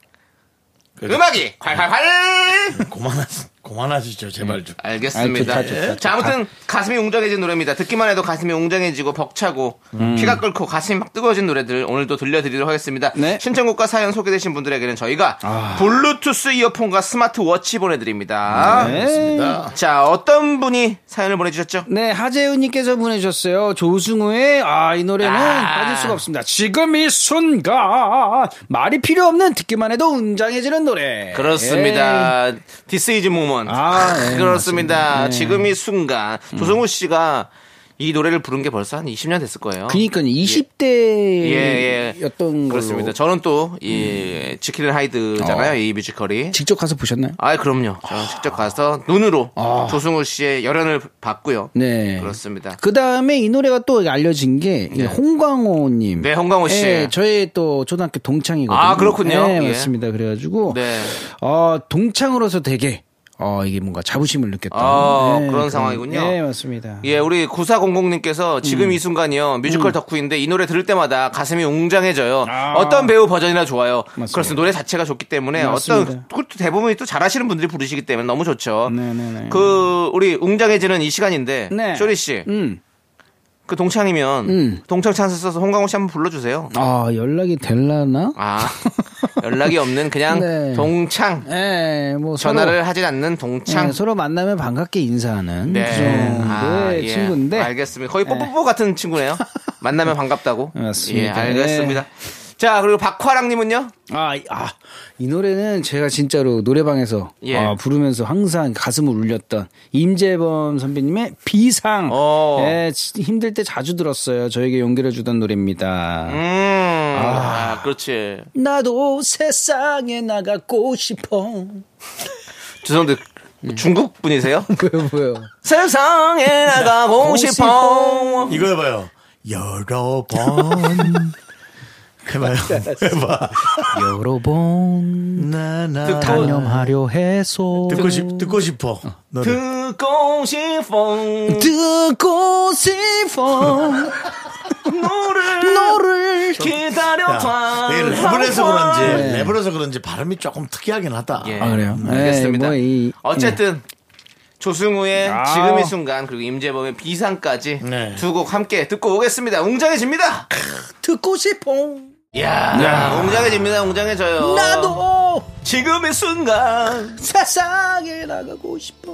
그렇죠.
음악이 활활활
고만하, 고만하시죠, 제발 좀.
알겠습니다.
아, 좋다, 좋다,
예. 자, 아무튼 가슴이 웅장해진 노래입니다. 듣기만 해도 가슴이 웅장해지고 벅차고
음.
피가 끓고 가슴이 막 뜨거워진 노래들 오늘도 들려드리도록 하겠습니다.
네. 아.
신청곡과 사연 소개되신 분들에게는 저희가 블루투스 이어폰과 스마트워치 보내드립니다.
네, 그렇습니다.
자, 어떤 분이 사연을 보내주셨죠?
네, 하재훈님께서 보내주셨어요. 조승우의, 아, 이 노래는
아.
빠질 수가 없습니다. 지금 이 순간, 말이 필요 없는 듣기만 해도 웅장해지는 노래. 예.
그렇습니다. 디스 이즈 모먼.
네. 아, 예,
그렇습니다.
맞습니다. 네. 음.
지금 이 순간 조성우 씨가 이 노래를 부른 게 벌써 한 20년 됐을 거예요.
그니까
예, 예.
20대였던 걸로. 음.
그렇습니다. 저는 또, 이, 지킬앤 하이드잖아요.
어.
이 뮤지컬이.
직접 가서 보셨나요?
아, 그럼요. 저는 직접 가서 눈으로 조승우 씨의 열연을 봤고요.
아. 네.
그렇습니다.
그 다음에 이 노래가 또 알려진 게이 홍광호님.
네, 홍광호 씨.
예, 저의 또 초등학교 동창이거든요.
아, 그렇군요.
네,
예.
맞습니다. 그래가지고
네.
어, 동창으로서 되게 어, 이게 뭔가 자부심을 느꼈다.
아, 그런 상황이군요.
네, 맞습니다.
예, 우리 9400님께서
음.
지금 이 순간이요. 뮤지컬 덕후인데 이 노래 들을 때마다 가슴이 웅장해져요.
아.
어떤 배우 버전이나 좋아요. 그래서 노래 자체가 좋기 때문에 어떤,
맞습니다.
그것도 대부분이 또 잘하시는 분들이 부르시기 때문에 너무 좋죠.
네, 네, 네.
그, 우리 웅장해지는 이 시간인데.
네.
쇼리 씨.
음.
그 동창이면 동창 찬스 써서 홍광호 씨 한번 불러주세요.
아, 연락이 될라나?
아 연락이 없는 그냥
(laughs) 네.
동창
예, 뭐 서로-
전화를 하진 않는
네,
동창. 네.
서로 만나면 반갑게 인사하는 그 정도의
아, 예.
친구인데 네.
알겠습니다. 거의 뽀뽀뽀 같은 친구네요. 만나면 반갑다고.
맞습니다.
예,
네.
알겠습니다. 자 그리고 박화랑님은요.
아, 이- 아, 이 노래는 제가 진짜로 노래방에서
예.
아, 부르면서 항상 가슴을 울렸던 임재범 선배님의 비상.
어.
예, 지- 힘들 때 자주 들었어요. 저에게 용기를 주던 노래입니다.
음, 아, 그렇지.
(laughs) 나도 세상에 나가고 싶어.
죄송한데 중국 분이세요? (laughs)
뭐요, 뭐요.
세상에
네.
나가고 싶어.
이거 해봐요. 여러 번. 해봐요. 해봐.
여러 번
나나
단념하려 해소.
듣고 싶 듣고 싶어. 너를.
듣고 싶어.
듣고 싶어.
너를,
너를.
야,
기다려봐.
이게 랩을 해서 그런지 랩을 해서 그런지 발음이 조금 특이하긴 하다.
예.
아, 그래요?
알겠습니다.
예, 뭐 이-
어쨌든 조승우의
아우.
지금 이 순간 그리고 임재범의 비상까지
네.
두 곡 함께 듣고 오겠습니다. 웅장해집니다.
듣고 싶어.
야, 웅장해집니다. 웅장해져요.
나도
어.
지금 이 순간.
세상에 나가고 싶어.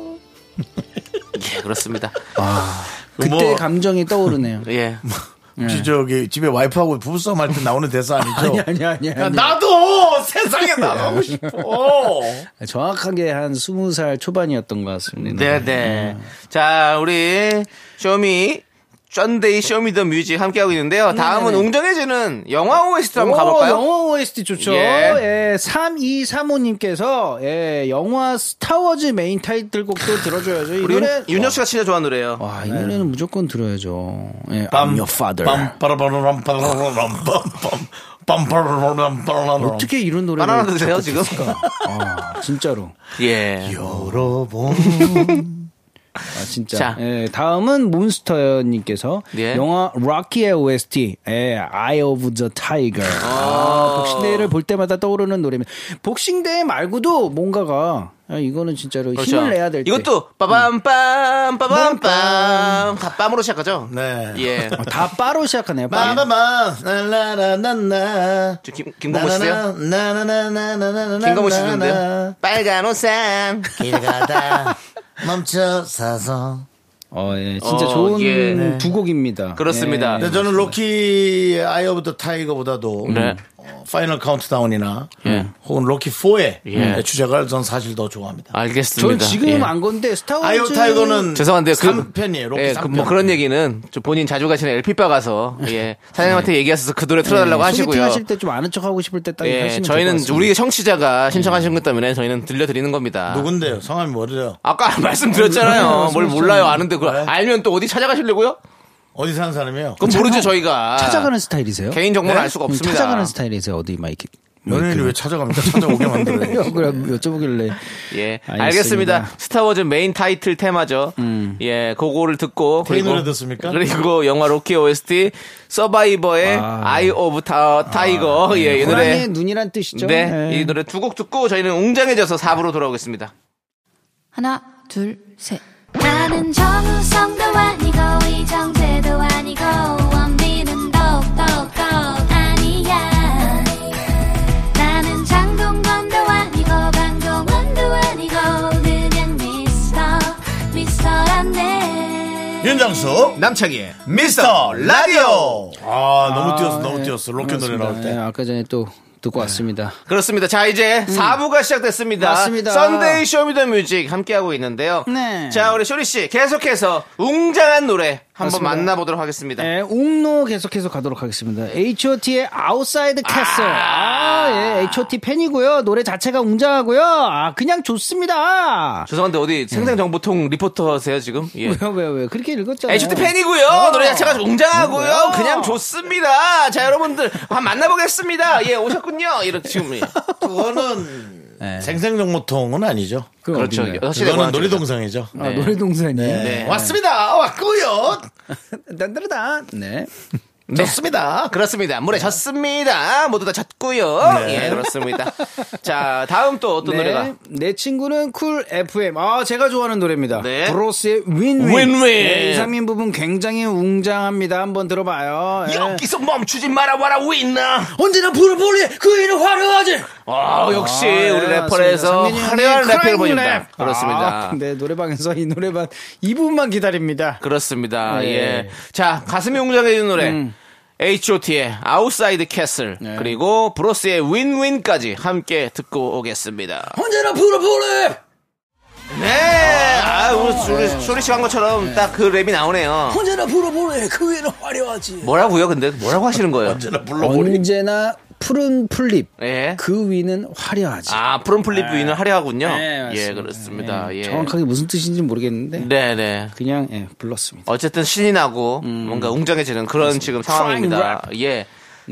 예, 그렇습니다.
아,
그
그때
뭐,
감정이 떠오르네요.
예.
음.
혹시 저기 집에 와이프하고 부부싸움 할 때 나오는 대사 아니죠?
(laughs)
아니, 아니,
야,
네.
아니.
나도 세상에 나가고 싶어.
아, 정확하게 한 스무 살 초반이었던 것 같습니다.
네, 네.
음.
자, 우리 쇼미 쩐데이 쇼미더 뮤직 함께하고 있는데요. 다음은 웅장해지는 영화 OST 한번 가볼까요?
네, 영화 OST 좋죠.
예.
예. 3235님께서 예, 영화 스타워즈 메인 타이틀곡도 들어줘야죠. 이
우리
노래.
윤- 윤혁 네. 씨가 진짜 좋아하는 노래예요.
네. 와, 이 노래는 무조건 들어야죠. 예, I'm
빰,
your father.
빰, 빠라바라람, 빠라라람, 빰, 빰, 빰, 빠라라람, 빠라라람.
어떻게 이런 노래를
바나나 드세요, 지금?
아, 진짜로.
(laughs) 예.
여러분.
아, 진짜.
자.
예, 다음은 몬스터 님께서
예.
영화 락키의 OST 예, Eye of the Tiger. 아, 복싱대회를 볼 때마다 떠오르는 노래입니다. 복싱대회 말고도 뭔가가 아, 이거는 진짜로 힘을 내야 될
그렇죠.
때. 음.
이것도 빠밤빰 빠밤빰 다 빰으로 시작하죠.
네.
예.
어, 다 빠로 시작하네요. 빠.
마마마, 라라라나나.
저 김, 김건모 씨세요?
나나나나나나나나나.
김건모 씨 좋은데요? 빨간 옷상.
네.
길 가다 멈춰 서서.
어, 예, 진짜
어,
좋은
예. 네.
두 곡입니다.
그렇습니다.
예.
근데 네, 저는 로키 아이 오브 더 타이거보다도
아, 네.
어, 파이널 카운트다운이나
예.
혹은 로키 4의
예.
주제가를 전 사실 더 좋아합니다.
저는
알겠습니다.
지금
예.
안 건데 스타워즈
아이 오브 타이거는
죄송한데 그
3편이에요. 로키
예,
3편.
그, 뭐 그런 얘기는 저 본인 자주 가시는 LP바 가서 예, 사장님한테 얘기하셔서 그 노래 틀어달라고
예, 소개팅
하시고요.
하실 때 좀 아는 척 하고 싶을 때딱
예, 저희는 우리 청취자가 신청하신 것 때문에 저희는 들려드리는 겁니다.
누군데요? 성함이 뭐래요?
아까 (laughs) 말씀드렸잖아요. 뭘 몰라요, 아는데 그걸
네.
알면 또 어디 찾아가시려고요?
어디 사는 사람이에요?
그건 모르죠 저희가.
찾아가는 스타일이세요?
개인 정보는 알 수가
음,
없습니다.
찾아가는 스타일이세요. 어디 마이크
그
연예인이 왜 찾아갑니까? 찾아오게
(laughs)
만들어요.
그래 여쭤보길래
예, 알겠습니다.
알겠습니다.
스타워즈 메인 타이틀 테마죠. 예, 그거를 듣고
테이 노래 듣습니까?
그리고 영화 로키 OST 서바이버의 아이 오브 타 타이거 예, 이
호랑이의
노래.
눈이란 뜻이죠.
네,
예.
이 노래 두 곡 듣고 저희는 웅장해져서 4부로 돌아오겠습니다.
하나, 둘, 셋.
나는 정우성도 아니고 이정재도 아니고 원빈은 더욱더 아니야 나는 장동건도 아니고 방종원도 아니고 그냥 미스터 미스터란데
윤정수
네. 남창희의
미스터 라디오. 아 너무 뛰었어, 너무 뛰었어. 로켓 노래 나올
예,
때.
아까 전에 또 듣고
네.
왔습니다.
그렇습니다. 자, 이제 4부가 시작됐습니다.
음. 맞습니다.
썬데이 쇼미더 뮤직 함께하고 있는데요.
네.
자, 우리 쇼리씨 계속해서 웅장한 노래 한번
맞습니다.
만나보도록 하겠습니다.
예, 옥로 계속해서 가도록 하겠습니다. H.O.T.의 아웃사이드 캐슬. 아, 예, H.O.T. 팬이고요. 노래 자체가 웅장하고요. 아, 그냥 좋습니다.
죄송한데 어디 생생정보통 리포터세요 지금? 예.
네. 왜요, 어. 왜요, 왜요? 그렇게 읽었잖아요.
H.T. 팬이고요. 노래 자체가 웅장하고요.
어.
그냥 좋습니다. 자, 여러분들 한번 만나보겠습니다. 예, 오셨군요. 이렇게 지금 예.
그거는 생생정보통은 아니죠.
그럼
그렇죠.
어딘가요?
여섯 시대
그거는
공항 쪽이죠.
놀이동산이죠.
아, 노래동산이.
네. 왔습니다. 왔고요.
단다르다. 네.
좋습니다.
그렇습니다. 물에 젖습니다. 모두 다 젖고요.
네.
예, 그렇습니다. 자, 다음 또 어떤 노래가?
내 친구는 쿨 FM. 아, 제가 좋아하는 노래입니다.
네.
브로스의 윈윈.
윈윈.
네, 이상민 부분 굉장히 웅장합니다. 한번 들어봐요. 예.
여기서 멈추지 말아 와라 윈나.
언제나 부르볼리 그 일은 화려하지.
아, 역시 우리
네,
래퍼에서
맞습니다. 상민이
화려한
형님
래퍼를
크라잉
보입니다.
랩.
그렇습니다.
아, 근데 노래방에서 이 노래만 이 부분만 기다립니다.
그렇습니다.
네.
예. 자, 가슴이 웅장해진 노래.
음.
H.O.T의 아웃사이드 캐슬
네.
그리고 브로스의 윈윈까지 함께 듣고 오겠습니다.
언제나 부르볼리.
네, 아, 우리 우리 쇼리 씨한 것처럼
네.
딱 그 랩이 나오네요.
언제나 부르볼리 그 일은 화려하지.
뭐라고요? 근데 뭐라고 하시는 거예요?
언제나 불러보리.
언제나 푸른 풀잎
예.
그 위는 화려하지.
아, 프롬플립 부인을 하려하군요.
네, 맞습니다.
예, 그렇습니다.
예,
예.
정확하게 무슨 뜻인지 는 모르겠는데
네, 네.
그냥 예, 불렀습니다.
어쨌든 신이 나고 뭔가 웅장해지는 음. 그런 지금 상황입니다. 예.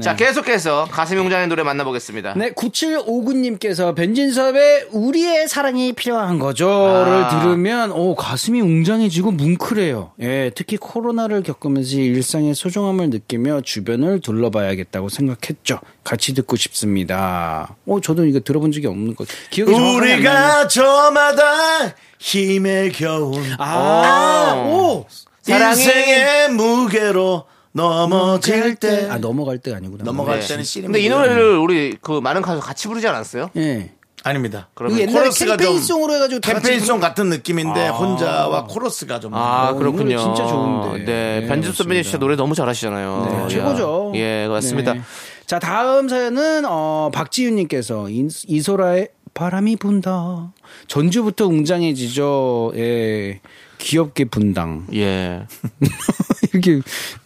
자, 계속해서 가슴 웅장의 노래 만나보겠습니다.
네, 9759님께서 변진섭의 우리의 사랑이 필요한 거죠를
아.
들으면 오 가슴이 웅장해지고 뭉클해요. 예, 특히 코로나를 겪으면서 일상의 소중함을 느끼며 주변을 둘러봐야겠다고 생각했죠. 같이 듣고 싶습니다. 오, 저도 이거 들어본 적이 없는 것. 기억이 정확하게 안 나네요.
우리가 저마다 힘에 겨운
아, 오,
사랑이-
인생의 무게로 넘어질 때
아 넘어갈 때 아니구나.
넘어갈
네.
때는 씨름.
근데 이 노래를 우리 그 많은 가수 같이 부르지 않았어요?
예.
아닙니다.
그러면
이게 옛날에 캠페인송으로 해가지고 다 같이
캠페인송 같은 느낌인데 혼자와 코러스가 좀
아,
어,
그렇군요.
이 노래 진짜 좋은데.
네,
네,
변진섭 선배님
맞습니다.
진짜 노래 너무 잘하시잖아요.
네,
어, 야.
최고죠.
예, 맞습니다.
네. 자, 다음 사연은 어, 박지윤님께서 인- 이소라의 바람이 분다. 전주부터 웅장해지죠. 예. 귀엽게
(laughs)
분당. 네.
예.
이렇게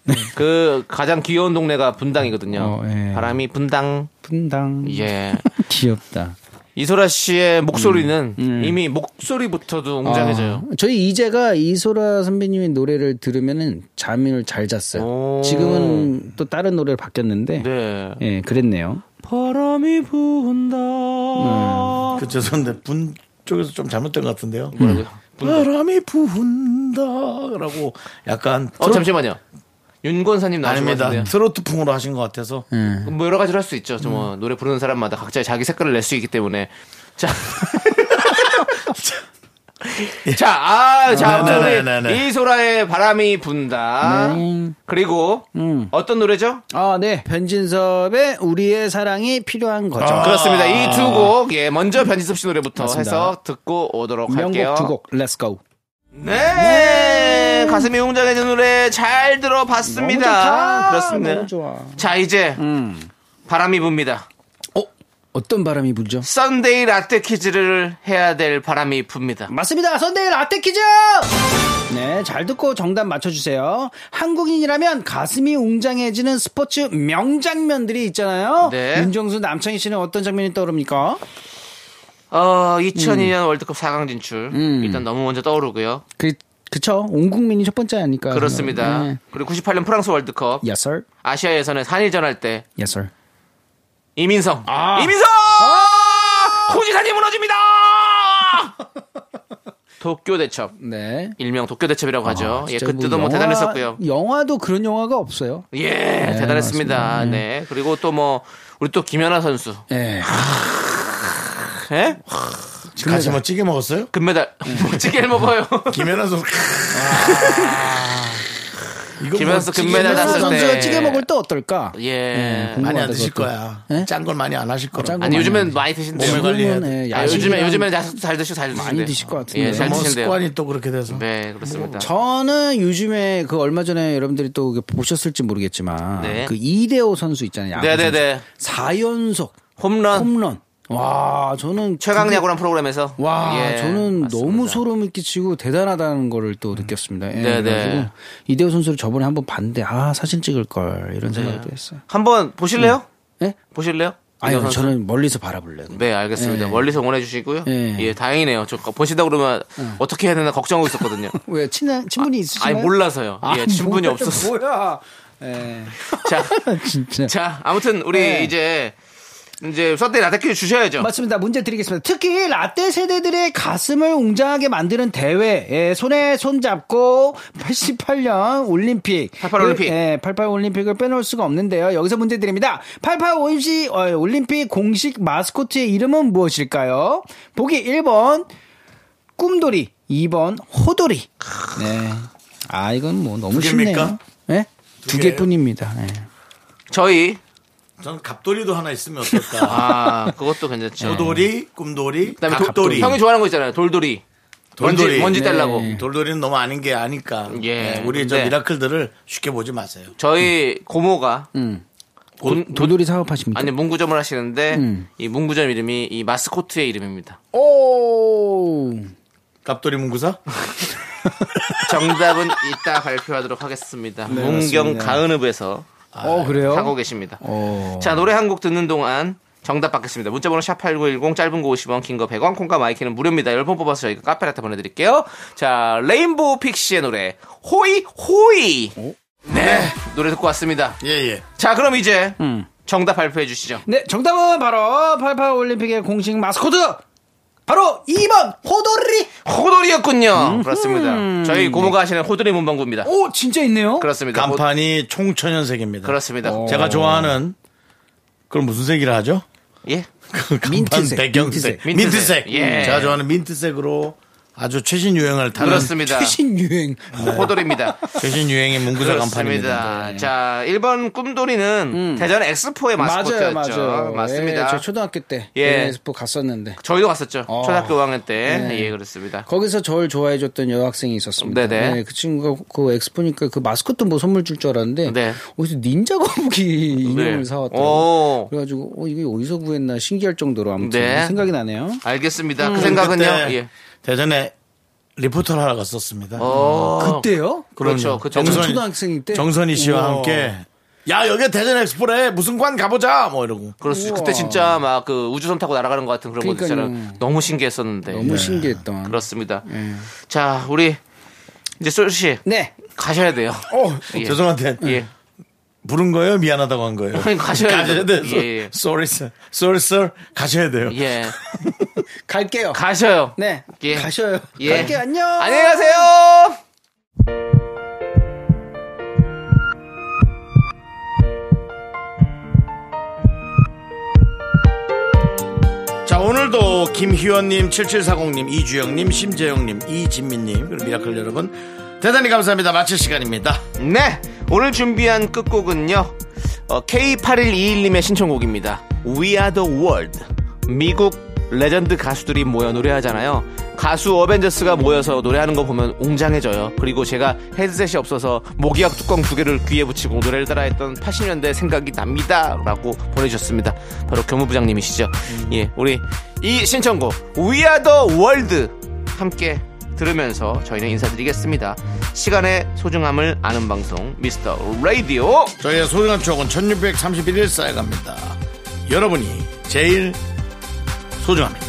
네,
그 가장 귀여운 동네가 분당이거든요.
어, 예.
바람이 분당.
분당.
예.
귀엽다.
이소라 씨의 목소리는 이미 목소리부터도 웅장해져요.
음. 아, 저희 이제가 이소라 선배님의 노래를 들으면은 잠을 잘 잤어요.
오.
지금은 또 다른 노래를 바뀌었는데.
네.
예, 그랬네요.
바람이 분다.
그 죄송한데 분 쪽에서 좀 잘못된 것 같은데요. 음.
뭐라고요? 분다.
바람이 부은다라고 약간
어, 잠시만요. 윤권사님 나오신 것
아닙니다.
같은데요.
트로트풍으로 하신 것 같아서
네.
뭐 여러 가지로 할 수 있죠. 저뭐 노래 부르는 사람마다 각자 자기 색깔을 낼 수 있기 때문에 자. (laughs)
예.
자, 아, 자, 아무튼
네,
우리
네, 네, 네.
이소라의 바람이 분다.
네. 음.
그리고 어떤 노래죠?
아, 네. 변진섭의 우리의 사랑이 필요한 거죠.
아,
아,
그렇습니다. 이 두 곡, 예, 먼저 변진섭 씨 노래부터
아. 맞습니다.
해서 듣고 오도록 할게요.
명곡 두 곡. 렛츠 고.
네, 가슴이 웅장해진 노래 잘 들어봤습니다. 그렇습니다.
너무 좋아. 음.
자, 이제 바람이 붑니다.
어? 어떤 바람이 불죠?
썬데이 라떼 퀴즈를 해야 될 바람이 붑니다.
맞습니다. 선데이 라떼 퀴즈! 네, 잘 듣고 정답 맞춰주세요. 한국인이라면 가슴이 웅장해지는 스포츠 명장면들이 있잖아요.
네.
윤정수 남창희 씨는 어떤 장면이 떠오릅니까?
어, 2002년 월드컵 4강 진출. 일단 너무 먼저 떠오르고요.
그, 그쵸. 온 국민이 첫 번째 아닐까. 네.
그렇습니다. 그리고 98년 프랑스 월드컵.
Yes, sir.
아시아 예선에 한일전 할 때
Yes, sir.
이민성.
아.
이민성! 호지산이 무너집니다! (laughs) 도쿄 대첩.
네.
일명 도쿄 대첩이라고 하죠. 예,
어, 진짜
그때도 뭐
영화-
대단했었고요.
영화도 그런 영화가 없어요.
예, 대단했습니다. 네. 그리고 또 뭐, 우리 또 김연아 선수.
예.
예?
같이 뭐 찌개 먹었어요?
금메달. (laughs) 멋지게 먹어요.
김연아 선수 (laughs) 이거
아.
뭐
김연아 선수
찌개
금메달
먹어서
땄을 때.
선수가 찌개 먹을 때 어떨까?
네, 예.
네,
많이 안
궁금하다,
드실
그것도.
거야.
예?
짠 걸 많이 안 하실 거라.
짠
아니, 요즘엔 어, 많이 드신대요.
몸에 관리해야 돼.
예,
아, 요즘에,
야식이랑
요즘에 야식도 잘 드시고 잘 드시는데.
드실 것 같은데. 뭐
예, 잘
뭐
드신대요.
습관이 또 그렇게 돼서
네, 그렇습니다.
저는 요즘에 그 얼마 전에 여러분들이 또 그 보셨을지 모르겠지만
네.
그 이대호 선수 있잖아요. 야구
네네네.
선수. 4연속
홈런.
홈런. 와, 저는
최강
그게-
야구란 프로그램에서.
와,
예,
저는 너무
맞습니다.
소름이 끼치고 대단하다는 거를 또 느꼈습니다. 예,
네네.
그래가지고 이대호 선수를 저번에 한번 봤는데 아 사진 찍을 걸 이런 생각도 했어요.
한번 보실래요?
예?
보실래요?
아니
네. 이거 선수.
저는 멀리서 바라볼래요.
네, 알겠습니다.
예.
멀리서 응원해 주시고요.
예.
예. 다행이네요. 저 보시다 그러면 어떻게 해야 되나 걱정하고 있었거든요.
왜 친한 친분이 (laughs) 있으신가요?
아니 몰라서요.
아,
예, 친분이
뭐야,
없었어.
(laughs) 뭐야? 예.
(laughs) 자,
진짜.
자, 아무튼 우리
네.
이제 이제 썬데이 라떼 퀴즈 주셔야죠.
맞습니다. 문제 드리겠습니다. 특히 라떼 세대들의 가슴을 웅장하게 만드는 대회, 예, 손에 손잡고 88년 올림픽,
88 올림픽.
예, 88 올림픽을 빼놓을 수가 없는데요. 여기서 문제 드립니다. 88 올림픽, 어, 올림픽 공식 마스코트의 이름은 무엇일까요? 보기 1번 꿈돌이, 2번 호돌이. 네. 아 이건 뭐 너무
두 개입니까?
쉽네요. 네? 두
개예요?
개뿐입니다. 네.
저희
저는 갑돌이도 하나 있으면 어떨까?
(laughs) 아 그것도 괜찮죠.
네. 도돌이, 꿈돌이,
그다음에 돌-
갑돌이.
형이 좋아하는 거 있잖아요. 돌돌이.
돌돌이.
먼지 먼지
네.
달라고. 음.
돌돌이는 너무 아닌 게 아니까.
예,
네, 우리 저
근데-
미라클들을 쉽게 보지 마세요.
저희
음.
고모가 문-
도돌이 사업하십니까?
아니 문구점을 하시는데
음.
이 문구점 이름이 이 마스코트의 이름입니다.
오.
갑돌이 문구사? (laughs) 네,
정답은 이따 발표하도록 하겠습니다. 문경 가은읍에서
어, 그래요?
하고 계십니다.
어.
자, 노래 한 곡 듣는 동안 정답 받겠습니다. 문자번호 샵8910 짧은 거 50원, 긴 거 100원, 콩과 마이키는 무료입니다. 10번 뽑아서 저희가 카페라테 보내드릴게요. 자, 레인보우 픽시의 노래, 호이, 호이!
어?
네, 노래 듣고 왔습니다.
예, 예.
자, 그럼 이제
음.
정답 발표해 주시죠.
네, 정답은 바로 88 올림픽의 공식 마스코트 바로 2번 호돌이. 음.
호돌이였군요. 그렇습니다. 저희 고모가 하시는 호돌이 문방구입니다.
오, 진짜 있네요.
그렇습니다. 호-
(laughs) 간판이 총천연색입니다. 어.
그렇습니다.
제가 좋아하는 그걸 무슨 색이라 하죠? (laughs)
예.
그 간판
민트색,
배경색, 민트색.
민트색.
민트색. 예.
제가 좋아하는 민트색으로 아주 최신 유행을 타는
그렇습니다.
최신 유행.
(laughs) 호돌입니다.
최신 유행의 문구자 간판입니다.
그렇습니다. 자, 1번 꿈돌이는 대전 엑스포의 마스코트였죠. 맞습니다.
음. 예, 저 초등학교 때
예.
예. 스포 갔었는데
저희도 갔었죠.
어.
초등학교 5학년 때. 예, 그렇습니다.
거기서 저를 좋아해 줬던 여학생이 있었습니다.
네네.
예, 그 친구가 그 엑스포니까 그 마스코트 뭐 선물 줄 줄 알았는데
네.
어디서 닌자 거북이 인형을
네.
사왔더라고.
오,
그래가지고 어 이게 어디서 구했나 신기할 정도로 아무튼
네.
생각이 나네요.
알겠습니다. 그
음.
저는
생각은요.
그때
예.
대전에 리포터를 하러 갔었습니다.
어.
그때요?
그렇죠.
그럼요.
그때
정선- 정선이-
초등학생 때
정선희 씨와
우와.
함께 야 여기 대전 엑스포래 무슨 관 가보자 뭐 이러고
그렇습니다. 그때 진짜 막 그 우주선 타고 날아가는 것 같은 그런 거
그러니까요.
있잖아요. 너무 신기했었는데. 예.
너무 신기했던.
그렇습니다. 자, 우리 이제 솔씨
네.
가셔야 돼요.
어
예.
죄송한데
예.
부른 거예요 미안하다고 한 거예요
아니, (laughs) 가셔야 돼요.
네. 돼요
예, 예.
sorry sir sorry sir 가셔야 돼요
예.
갈게요.
가셔요.
네.
예.
가셔요.
예.
갈게요. 안녕.
안녕히 가세요.
자 오늘도 김희원님 7740님 이주영님 심재영님 이진민님 그리고 미라클 여러분 대단히 감사합니다 마칠 시간입니다
네. 오늘 준비한 끝곡은요. 어, K8121님의 신청곡입니다. We are the world. 미국 레전드 가수들이 모여 노래하잖아요. 가수 어벤져스가 모여서 노래하는 거 보면 웅장해져요. 그리고 제가 헤드셋이 없어서 모기약 뚜껑 두 개를 귀에 붙이고 노래를 따라했던 80년대 생각이 납니다. 라고 보내주셨습니다. 바로 교무부장님이시죠. 예, 우리 이 신청곡 We are the world 함께 들으면서 저희는 인사드리겠습니다. 시간의 소중함을 아는 방송 미스터 라디오.
저희의 소중한 추억은 1631일 쌓여갑니다 여러분이 제일 소중합니다